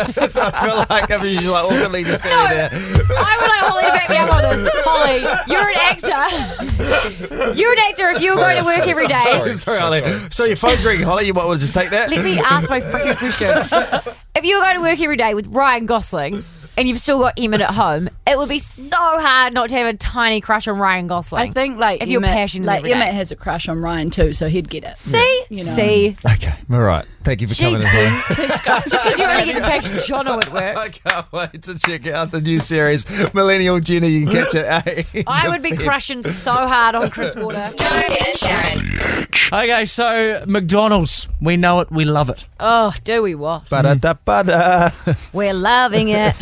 [SPEAKER 3] were doing,
[SPEAKER 2] so I feel like I'm just like awkwardly just sitting
[SPEAKER 3] No.
[SPEAKER 2] there.
[SPEAKER 3] I would like Holly to back me up on this. Holly, you're an actor. You're an actor. If you were going to work every day,
[SPEAKER 2] Sorry, Holly. So your phone's ringing, Holly. You might want to just take that.
[SPEAKER 3] Let me ask my freaking question. if you were going to work every day with Ryan Gosling and you've still got Emmett at home, it would be so hard not to have a tiny crush on Ryan Gosling.
[SPEAKER 11] I think like
[SPEAKER 3] If you're
[SPEAKER 11] Emmett-
[SPEAKER 3] passionate
[SPEAKER 11] like
[SPEAKER 3] every day.
[SPEAKER 11] Emmett Uh, has a crush on Ryan too, so he'd get it.
[SPEAKER 3] See,
[SPEAKER 11] You know.
[SPEAKER 3] see,
[SPEAKER 2] Okay, all right. Thank you for coming in. Holly.
[SPEAKER 3] just because you only get to pay Jono at work.
[SPEAKER 2] I can't wait to check out the new series, Millennial Jenny. You can catch it. eh?
[SPEAKER 3] I would be crushing so hard on Chris Water.
[SPEAKER 5] Ben and Sharon.
[SPEAKER 4] Okay, so McDonald's. We know it, we love it.
[SPEAKER 3] Oh, do we what?
[SPEAKER 4] Hmm.
[SPEAKER 2] Ba-da-da-ba-da.
[SPEAKER 3] We're loving it.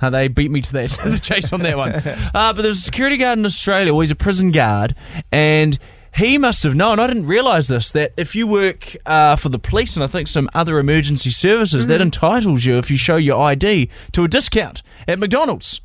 [SPEAKER 4] Uh, they beat me to that, to the chase on that one. Uh, but there was a security guard in Australia. Well, he's a prison guard, and he must have known. I didn't realise this that if you work uh, for the police and I think some other emergency services,
[SPEAKER 2] Hmm.
[SPEAKER 4] that entitles you if you show your ID to a discount at McDonald's.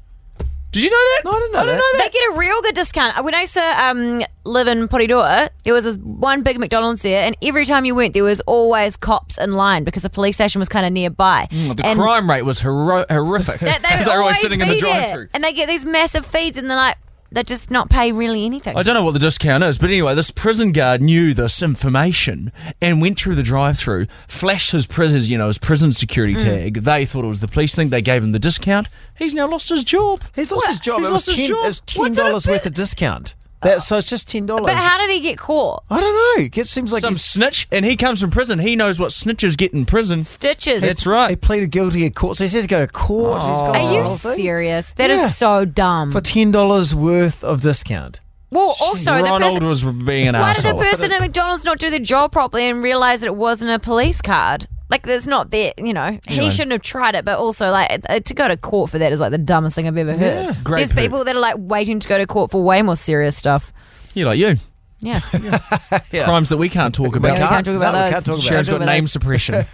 [SPEAKER 4] Did you know that?
[SPEAKER 2] I didn't know that.
[SPEAKER 3] They get a real good discount. When I used to um, live in Porirua, there was this one big McDonald's there, and every time you went, there was always cops in line because the police station was kind of nearby.
[SPEAKER 4] Hmm, The
[SPEAKER 3] And-
[SPEAKER 4] crime rate was hero- horrific.
[SPEAKER 3] That they would
[SPEAKER 4] were
[SPEAKER 3] always
[SPEAKER 4] always sitting in the
[SPEAKER 3] be there.
[SPEAKER 4] drive-through.
[SPEAKER 3] and they get these massive feeds, and they're like, they just not pay really anything.
[SPEAKER 4] I don't know what the discount is, but anyway, this prison guard knew this information and went through the drive-through, flashed his prison, you know, his prison
[SPEAKER 2] Mm.
[SPEAKER 4] security tag. They thought it was the police thing. They gave him the discount. He's now lost his job.
[SPEAKER 2] He's lost his job.
[SPEAKER 4] He's
[SPEAKER 2] it, was
[SPEAKER 4] lost his
[SPEAKER 2] ten,
[SPEAKER 4] job.
[SPEAKER 2] it was ten dollars worth of discount. That, so it's just ten dollars.
[SPEAKER 3] But how did he get caught?
[SPEAKER 2] I don't know. It seems like
[SPEAKER 4] Some
[SPEAKER 2] he's-
[SPEAKER 4] snitch, and he comes from prison. He knows what snitches get in prison.
[SPEAKER 3] Stitches.
[SPEAKER 4] That's
[SPEAKER 2] He
[SPEAKER 4] right.
[SPEAKER 2] pleaded guilty at court, so he says go to court. He's got
[SPEAKER 3] Are
[SPEAKER 2] the
[SPEAKER 3] you
[SPEAKER 2] whole thing.
[SPEAKER 3] serious? That is
[SPEAKER 2] Yeah.
[SPEAKER 3] so dumb.
[SPEAKER 2] for ten dollars worth of discount?
[SPEAKER 3] well, also the
[SPEAKER 4] Ronald
[SPEAKER 3] person.
[SPEAKER 4] was being an
[SPEAKER 3] Why
[SPEAKER 4] asshole.
[SPEAKER 3] did the person at McDonald's not do the job properly and realize that it wasn't a police card? Like, it's not there, you know. He shouldn't have tried it, but also, like, uh, to go to court for that is like the dumbest thing I've ever heard.
[SPEAKER 4] Great
[SPEAKER 3] There's
[SPEAKER 4] poop.
[SPEAKER 3] people that are like waiting to go to court for way more serious stuff.
[SPEAKER 4] Yeah, like you.
[SPEAKER 3] Yeah.
[SPEAKER 4] Crimes that we can't talk
[SPEAKER 3] Yeah,
[SPEAKER 4] about.
[SPEAKER 3] we can't talk about
[SPEAKER 2] no, we
[SPEAKER 3] those.
[SPEAKER 2] can't talk about
[SPEAKER 4] Sharon's
[SPEAKER 3] Don't
[SPEAKER 4] got
[SPEAKER 3] do
[SPEAKER 4] name
[SPEAKER 3] those.
[SPEAKER 4] suppression.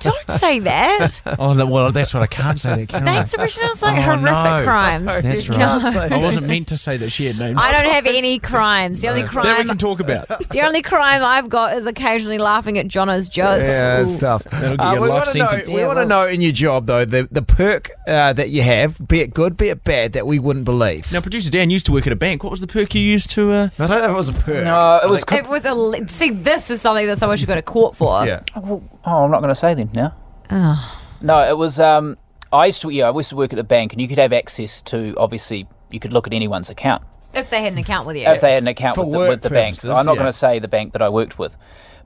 [SPEAKER 3] Don't say that.
[SPEAKER 4] oh, that- well, that's what I can't say. That, can
[SPEAKER 3] Name
[SPEAKER 4] I?
[SPEAKER 3] suppression is like
[SPEAKER 4] Oh,
[SPEAKER 3] horrific
[SPEAKER 4] no.
[SPEAKER 3] crimes.
[SPEAKER 4] That's
[SPEAKER 3] No.
[SPEAKER 4] right. I wasn't meant to say that she had names.
[SPEAKER 3] I don't have any crimes. The only
[SPEAKER 4] that we
[SPEAKER 3] crime,
[SPEAKER 4] can talk about.
[SPEAKER 3] the only crime I've got is occasionally laughing at Jono's jokes.
[SPEAKER 2] Yeah, it's tough. Uh,
[SPEAKER 4] That'll give you a
[SPEAKER 2] we
[SPEAKER 4] life
[SPEAKER 2] wanna know-
[SPEAKER 4] sentence.
[SPEAKER 2] we
[SPEAKER 3] Yeah,
[SPEAKER 2] want to
[SPEAKER 3] well-
[SPEAKER 2] know in your job though the the perk uh, that you have, be it good, be it bad, that we wouldn't believe.
[SPEAKER 4] Now, producer Dan used to work at a bank. What was the perk you used to? Uh,
[SPEAKER 2] I don't know if it was a perk.
[SPEAKER 6] Oh,
[SPEAKER 10] No, Uh, it was. Co-
[SPEAKER 3] It was a li- see. This is something that someone should go to court for. Ah.
[SPEAKER 2] Yeah.
[SPEAKER 10] oh, I'm not going to say them now. No, it was. Um, I used to. Yeah, I used to work at the bank, and you could have access to. Obviously, you could look at anyone's account
[SPEAKER 3] If they had an account with you.
[SPEAKER 10] if they had an account
[SPEAKER 2] For
[SPEAKER 10] with the,
[SPEAKER 2] work
[SPEAKER 10] with the bank.
[SPEAKER 2] purposes,
[SPEAKER 10] I'm not
[SPEAKER 2] yeah.
[SPEAKER 10] going to say the bank that I worked with,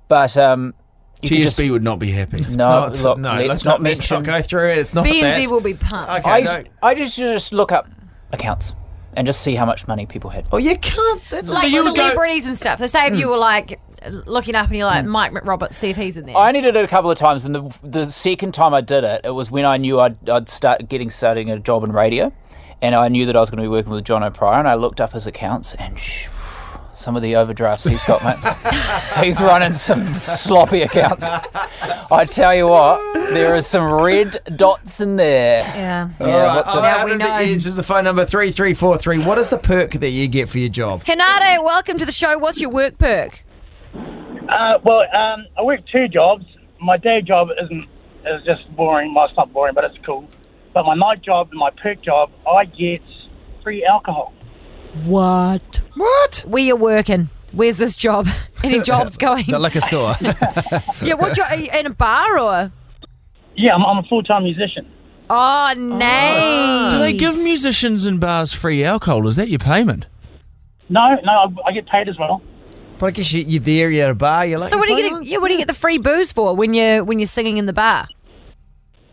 [SPEAKER 10] but um, you could just-
[SPEAKER 4] TSB would not be happy.
[SPEAKER 10] no,
[SPEAKER 2] Not-
[SPEAKER 10] look,
[SPEAKER 2] no,
[SPEAKER 10] let's,
[SPEAKER 2] let's
[SPEAKER 10] not
[SPEAKER 2] let's
[SPEAKER 10] mention.
[SPEAKER 2] go through it. It's not
[SPEAKER 3] B and
[SPEAKER 2] that.
[SPEAKER 3] Z will be pumped.
[SPEAKER 2] Okay,
[SPEAKER 10] I,
[SPEAKER 2] no.
[SPEAKER 10] used- I just used to just look up accounts and just see how much money people had.
[SPEAKER 2] Oh, you can't. That's
[SPEAKER 3] Like
[SPEAKER 4] you would go-
[SPEAKER 3] celebrities and stuff. So say if you were like looking up and you're like Mike McRoberts, see if he's in there.
[SPEAKER 10] I only did it a couple of times, and the the second time I did it, it was when I knew I'd, I'd start getting starting a job in radio, and I knew that I was going to be working with John O'Pryor, and I looked up his accounts and. Sh- some of the overdrafts he's got, mate. he's running some sloppy accounts. I tell you what, there is some red dots in there.
[SPEAKER 3] yeah.
[SPEAKER 10] Yeah,
[SPEAKER 2] All right,
[SPEAKER 10] what's
[SPEAKER 2] all
[SPEAKER 10] up?
[SPEAKER 2] right,
[SPEAKER 3] Now we
[SPEAKER 2] under the
[SPEAKER 3] know.
[SPEAKER 2] edge is the phone number three three four three. What is the perk that you get for your job?
[SPEAKER 3] Hinata, welcome to the show. What's your work perk?
[SPEAKER 12] Uh, well, um, I work two jobs. My day job isn't is just boring. Well, it's not boring, but it's cool. But my night job and my perk job, I get free alcohol.
[SPEAKER 3] What?
[SPEAKER 2] What?
[SPEAKER 3] Where you working? Where's this job? Any jobs going?
[SPEAKER 2] The liquor store.
[SPEAKER 3] yeah, what job? Are you in a bar or?
[SPEAKER 12] Yeah, I'm, I'm a full time musician.
[SPEAKER 2] Ah.
[SPEAKER 3] Oh, nice.
[SPEAKER 4] Do they give musicians in bars free alcohol? Is that your payment?
[SPEAKER 12] No, no, I, I get paid as well.
[SPEAKER 2] but I guess you, you're there. You're at a bar. You're like.
[SPEAKER 3] So what do you
[SPEAKER 2] "Come
[SPEAKER 3] get? Yeah, what do you get the free booze for when you when you're singing in the bar?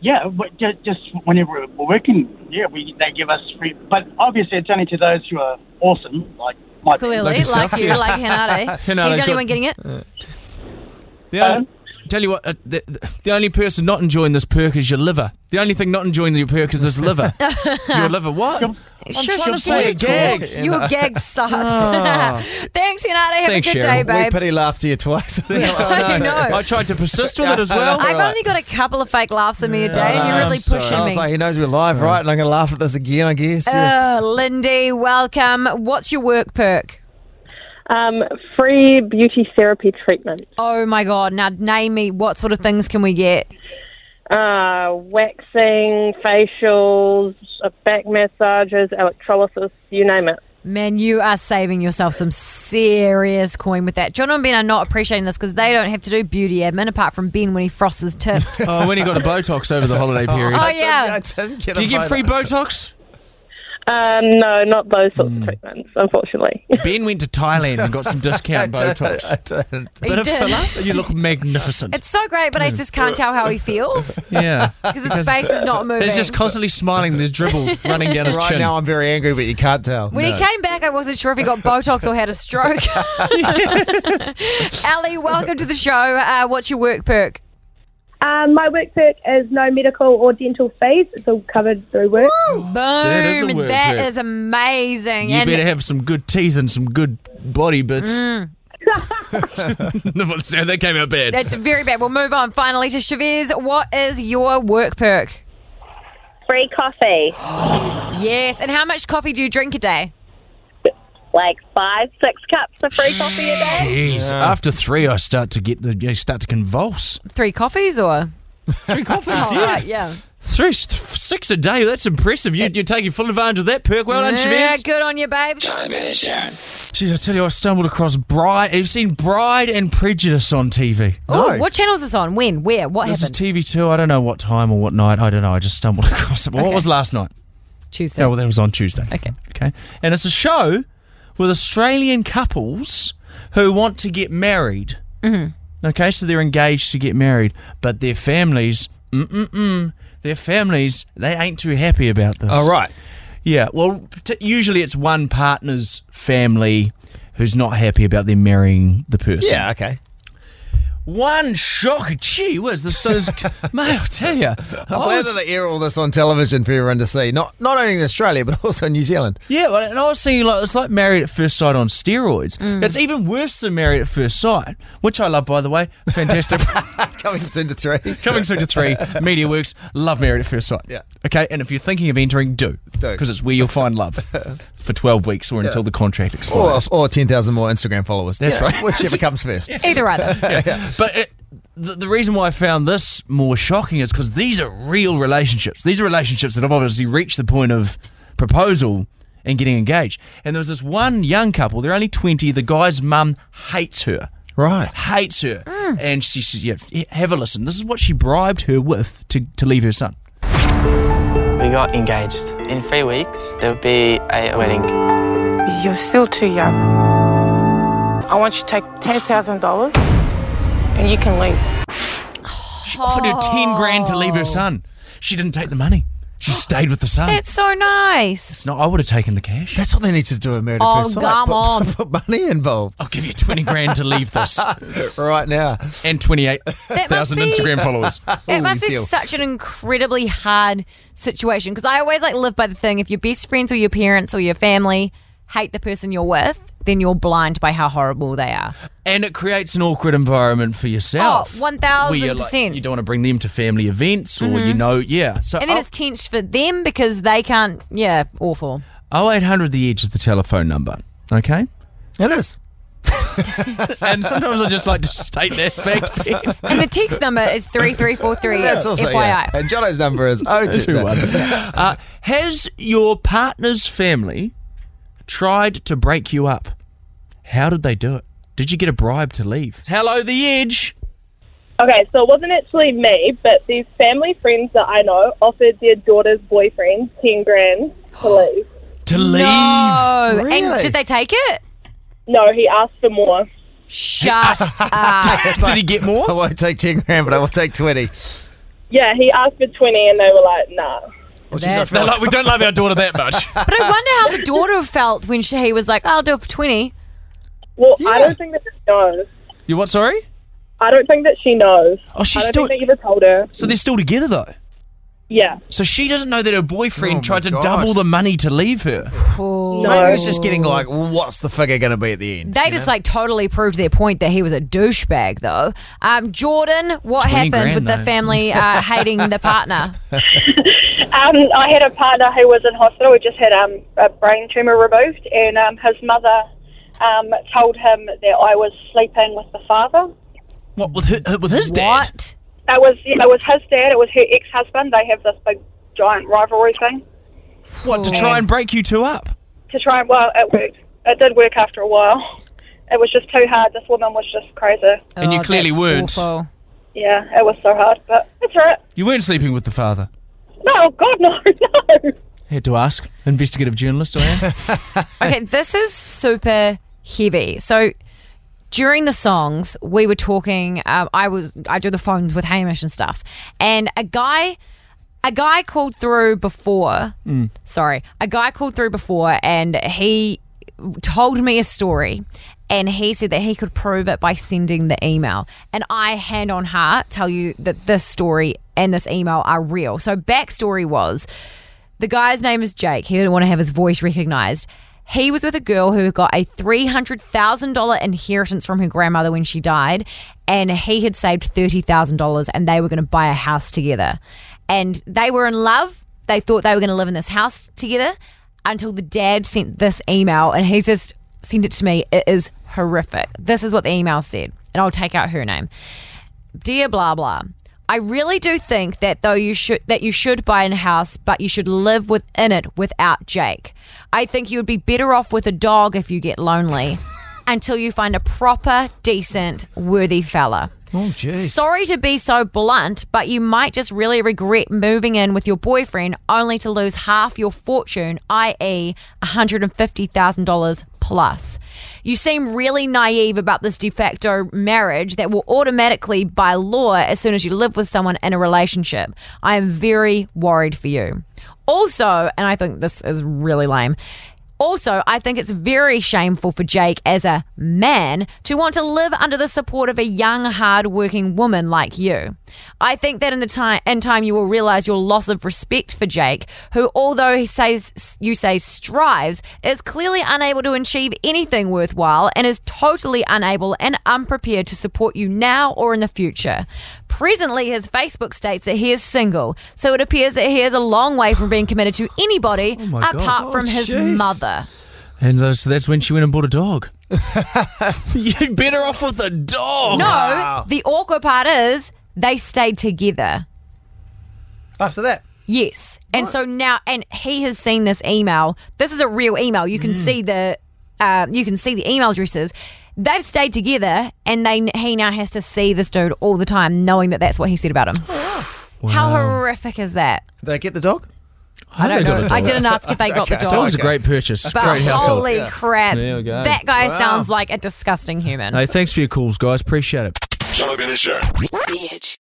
[SPEAKER 12] Yeah, but just, just whenever we're working, yeah, we they give us free. But obviously, it's only to those who are awesome, like my
[SPEAKER 3] Clearly, like,
[SPEAKER 4] yourself,
[SPEAKER 3] you,
[SPEAKER 4] yeah.
[SPEAKER 3] like Hinata. He's the
[SPEAKER 4] Hinata's
[SPEAKER 3] only
[SPEAKER 4] got-
[SPEAKER 3] one getting it.
[SPEAKER 4] The only, tell you what, uh, the, the only person not enjoying this perk is your liver. The only thing not enjoying your perk is this liver. your liver, what? I'm trying to say a gag. Oh.
[SPEAKER 3] Your gag sucks. Thanks, Hinata. Have
[SPEAKER 4] Thanks,
[SPEAKER 3] a good
[SPEAKER 4] Sharon.
[SPEAKER 3] day,
[SPEAKER 2] We
[SPEAKER 3] babe.
[SPEAKER 2] pity laughed to you twice.
[SPEAKER 4] Yes,
[SPEAKER 3] I know.
[SPEAKER 4] I tried to persist with it as well.
[SPEAKER 3] I've only got a couple of fake laughs in me a day, and you're
[SPEAKER 4] I'm
[SPEAKER 3] really
[SPEAKER 4] sorry.
[SPEAKER 3] pushing
[SPEAKER 2] I
[SPEAKER 3] me.
[SPEAKER 2] was like, he knows we're live, right? And I'm going to laugh at this again, I guess. yeah.
[SPEAKER 3] Oh, Lindy, welcome. What's your work perk?
[SPEAKER 13] Um, free beauty therapy treatment.
[SPEAKER 3] Oh my god! Now name me what sort of things can we get?
[SPEAKER 13] Uh, waxing, facials, uh, back massages, electrolysis, you name it.
[SPEAKER 3] Man, you are saving yourself some serious coin with that. John and Ben are not appreciating this because they don't have to do beauty admin apart from Ben when he frosts his tip.
[SPEAKER 4] Oh, when he got a Botox over the holiday period.
[SPEAKER 3] oh
[SPEAKER 2] I didn't-
[SPEAKER 3] yeah.
[SPEAKER 2] I didn't get
[SPEAKER 4] Do you
[SPEAKER 2] a photo.
[SPEAKER 4] get free Botox?
[SPEAKER 13] Um, no, not those sorts of treatments, unfortunately.
[SPEAKER 4] Ben went to Thailand and got some discount Botox.
[SPEAKER 2] I didn't.
[SPEAKER 3] He
[SPEAKER 4] Bit of
[SPEAKER 3] did.
[SPEAKER 4] filler. You look magnificent.
[SPEAKER 3] It's so great, but I just can't tell how he feels
[SPEAKER 4] yeah.
[SPEAKER 3] because his face is not moving.
[SPEAKER 4] He's just constantly smiling. There's dribble running down his
[SPEAKER 2] Right
[SPEAKER 4] chin.
[SPEAKER 2] now, I'm very angry, but you can't tell.
[SPEAKER 3] when he came back, I wasn't sure if he got Botox or had a stroke. Ali, welcome to the show. Uh, what's your work perk?
[SPEAKER 14] Um, my work perk is no medical or dental fees. It's all covered through work.
[SPEAKER 3] Boom!
[SPEAKER 4] is a work
[SPEAKER 3] That
[SPEAKER 4] perk.
[SPEAKER 3] is amazing.
[SPEAKER 4] You
[SPEAKER 3] and
[SPEAKER 4] better have some good teeth and some good body bits. So that came out bad.
[SPEAKER 3] that's very bad. We'll move on finally to Chavez. What is your work perk?
[SPEAKER 14] Free coffee,
[SPEAKER 3] Yes. And how much coffee do you drink a day?
[SPEAKER 14] like five, six cups of free coffee a day.
[SPEAKER 4] Jeez, after three, I start to get the I start to convulse.
[SPEAKER 3] Three coffees or?
[SPEAKER 4] Three coffees,
[SPEAKER 3] Oh,
[SPEAKER 4] yeah,
[SPEAKER 3] right, yeah.
[SPEAKER 4] three, six a day. That's impressive. You, you're taking full advantage of that perk. Well done,
[SPEAKER 3] yeah,
[SPEAKER 4] Shabazz.
[SPEAKER 3] good on you, babe.
[SPEAKER 4] Jeez, I tell you, I stumbled across Bride. I've seen Bride and Prejudice on TV.
[SPEAKER 3] Oh, what channel is this on? When? Where? What
[SPEAKER 4] This is
[SPEAKER 3] happened?
[SPEAKER 4] TV two. I don't know what time or what night. I don't know. I just stumbled across it. What was last night?
[SPEAKER 3] Tuesday.
[SPEAKER 4] Oh, well, that was on Tuesday. Okay. Okay. And it's a show with Australian couples who want to get married.
[SPEAKER 3] Mm-hmm.
[SPEAKER 4] Okay, so they're engaged to get married, but their families, mm-mm-mm, their families, they ain't too happy about this.
[SPEAKER 2] Oh, right.
[SPEAKER 4] Yeah, well, t- usually it's one partner's family who's not happy about them marrying the person.
[SPEAKER 2] Yeah, okay.
[SPEAKER 4] One shock, gee whiz, this is, mate, I'll tell you.
[SPEAKER 2] I'm glad that they air all this on television for everyone to see. Not not only in Australia, but also in New Zealand.
[SPEAKER 4] Yeah, well, and I was thinking like it's like Married at First Sight on steroids.
[SPEAKER 2] Mm.
[SPEAKER 4] It's even worse than Married at First Sight, which I love, by the way. Fantastic.
[SPEAKER 2] Coming soon to three.
[SPEAKER 4] Coming soon to three. Media Works love Married at First Sight.
[SPEAKER 2] Yeah.
[SPEAKER 4] Okay, and if you're thinking of entering, do
[SPEAKER 2] Do.
[SPEAKER 4] because it's where you'll find love for 12 weeks or until the contract expires.
[SPEAKER 2] Or, or 10,000 more Instagram followers.
[SPEAKER 4] That's
[SPEAKER 2] Yeah.
[SPEAKER 4] right.
[SPEAKER 2] Whichever comes first.
[SPEAKER 3] Either either.
[SPEAKER 4] Yeah. But it, the, the reason why I found this more shocking is because these are real relationships. These are relationships that have obviously reached the point of proposal and getting engaged. And there was this one young couple, they're only 20, the guy's mum hates her.
[SPEAKER 2] Right.
[SPEAKER 4] Hates her. And she says, yeah, have a listen. This is what she bribed her with to, to leave her son.
[SPEAKER 15] We got engaged. In three weeks, there'll be a wedding.
[SPEAKER 16] You're still too young. I want you to take $10,000 and you can leave.
[SPEAKER 4] She offered her 10 grand to leave her son. She didn't take the money. She stayed with the son.
[SPEAKER 3] That's so nice.
[SPEAKER 4] It's not, I would have taken the cash.
[SPEAKER 2] That's what they need to do at Married
[SPEAKER 3] Oh,
[SPEAKER 2] at First Sight.
[SPEAKER 3] come
[SPEAKER 2] Put-
[SPEAKER 3] on.
[SPEAKER 2] Put, money involved.
[SPEAKER 4] I'll give you 20 grand to leave this.
[SPEAKER 2] right now.
[SPEAKER 4] And 28,000
[SPEAKER 3] be-
[SPEAKER 4] Instagram followers.
[SPEAKER 3] It must be such an incredibly hard situation because I always like live by the thing: if your best friends or your parents or your family hate the person you're with, then you're blind by how horrible they are.
[SPEAKER 4] And it creates an awkward environment for yourself.
[SPEAKER 3] Oh, 1000%.
[SPEAKER 4] Where you're like, You don't want to bring them to family events or, you
[SPEAKER 3] Mhm.
[SPEAKER 4] know, yeah. So oh,
[SPEAKER 3] and then it's tense for them because they can't. Yeah, awful.
[SPEAKER 4] oh, 0800 The Edge is the telephone number, okay?
[SPEAKER 2] It is.
[SPEAKER 4] and sometimes I just like to state that fact. Ben.
[SPEAKER 3] And the text number is three three four three.
[SPEAKER 2] That's also,
[SPEAKER 3] FYI.
[SPEAKER 2] yeah. And Jono's number is 021.
[SPEAKER 4] Uh, has your partner's family tried to break you up? How did they do it? Did you get a bribe to leave? Hello, The Edge.
[SPEAKER 17] Okay, so it wasn't actually me, but these family friends that I know offered their daughter's boyfriend ten grand to leave.
[SPEAKER 4] To leave.
[SPEAKER 3] No. Oh, And
[SPEAKER 17] Really?
[SPEAKER 3] did they take it?
[SPEAKER 17] No, he asked for more.
[SPEAKER 3] Shut up.
[SPEAKER 2] Did he get more? I won't take 10 grand, but I will take 20.
[SPEAKER 17] Yeah, he asked for twenty, and they were like, "Nah."
[SPEAKER 4] They're like, we don't love our daughter that much.
[SPEAKER 3] But I wonder how the daughter felt when she he was like, "Oh, "I'll do it for 20.
[SPEAKER 17] Well, I don't think that she knows.
[SPEAKER 4] You what, sorry?
[SPEAKER 17] I don't think that she knows.
[SPEAKER 4] Oh, she's
[SPEAKER 17] I don't
[SPEAKER 4] still-
[SPEAKER 17] think that you ever told her.
[SPEAKER 4] So they're still together, though.
[SPEAKER 17] Yeah.
[SPEAKER 4] So she doesn't know that her boyfriend
[SPEAKER 2] Oh,
[SPEAKER 4] tried
[SPEAKER 2] my
[SPEAKER 4] to
[SPEAKER 2] God.
[SPEAKER 4] double the money to leave her.
[SPEAKER 2] Maybe it's just getting like, what's the figure going to be at the end?
[SPEAKER 3] They just like totally proved their point that he was a douchebag, though. Um, Jordan, what
[SPEAKER 2] 20
[SPEAKER 3] happened
[SPEAKER 2] grand,
[SPEAKER 3] with
[SPEAKER 2] though.
[SPEAKER 3] the family uh, hating the partner?
[SPEAKER 17] Um, I had a partner who was in hospital. He just had um, a brain tumor removed, and um, his mother um, told him that I was sleeping with the father.
[SPEAKER 4] What with her, with his
[SPEAKER 3] dad?
[SPEAKER 17] That was yeah, it was his dad. It was her ex-husband. They have this big giant rivalry thing.
[SPEAKER 4] What to try and break you two up?
[SPEAKER 17] To try and well, it worked. It did work after a while. It was just too hard. This woman was just crazy.
[SPEAKER 4] And you Oh, clearly that's weren't. awful.
[SPEAKER 17] Yeah, it was so hard, but it's alright.
[SPEAKER 4] You weren't sleeping with the father.
[SPEAKER 17] No, God, no, no.
[SPEAKER 4] Had to ask. Investigative journalist, I am.
[SPEAKER 3] okay, this is super heavy. So during the songs, we were talking. Um, I was I do the phones with Hamish and stuff, and a guy, a guy called through before. Sorry, a guy called through before, and he told me a story. And he said that he could prove it by sending the email. And I, hand on heart, tell you that this story and this email are real. So, backstory was the guy's name is Jake. He didn't want to have his voice recognized. He was with a girl who got a $300,000 inheritance from her grandmother when she died, and he had saved $30,000 and they were going to buy a house together. And they were in love. They thought they were going to live in this house together until the dad sent this email and he just sent it to me. It is horrific. This is what the email said, and I'll take out her name. Dear blah blah. I really do think that though you should that you should buy a house, but you should live within it without Jake. I think you would be better off with a dog if you get lonely until you find a proper, decent, worthy fella.
[SPEAKER 2] Oh, jeez.
[SPEAKER 3] Sorry to be so blunt, but you might just really regret moving in with your boyfriend only to lose half your fortune, i.e., $150,000 plus. You seem really naive about this de facto marriage that will automatically, by law, as soon as you live with someone in a relationship. I am very worried for you. Also, and I think this is really lame. Also, I think it's very shameful for Jake as a man to want to live under the support of a young, hard-working woman like you. I think that in the time in time you will realize your loss of respect for Jake, who although he says you say strives, is clearly unable to achieve anything worthwhile and is totally unable and unprepared to support you now or in the future. Presently, his Facebook states that he is single, so it appears that he is a long way from being committed to anybody
[SPEAKER 4] Oh my God.
[SPEAKER 3] apart
[SPEAKER 4] Oh,
[SPEAKER 3] from his
[SPEAKER 4] jeez.
[SPEAKER 3] mother.
[SPEAKER 4] And uh, so that's when she went and bought a dog. You're better off with a dog.
[SPEAKER 3] no, the awkward part is they stayed together.
[SPEAKER 2] After that.
[SPEAKER 3] Yes. And so now, and he has seen this email. This is a real email. You can see the, uh, you can see the email addresses. They've stayed together, and they he now has to see this dude all the time, knowing that that's what he said about him. How horrific is that?
[SPEAKER 2] Did they get the dog?
[SPEAKER 3] I don't know. I didn't ask if they got the
[SPEAKER 2] Okay.
[SPEAKER 3] dog.
[SPEAKER 4] Dog's a great purchase.
[SPEAKER 3] But
[SPEAKER 4] great household.
[SPEAKER 3] holy crap!
[SPEAKER 4] There we go.
[SPEAKER 3] That guy
[SPEAKER 4] Wow.
[SPEAKER 3] sounds like a disgusting human.
[SPEAKER 4] Hey, thanks for your calls, guys. Appreciate it.
[SPEAKER 5] The Edge.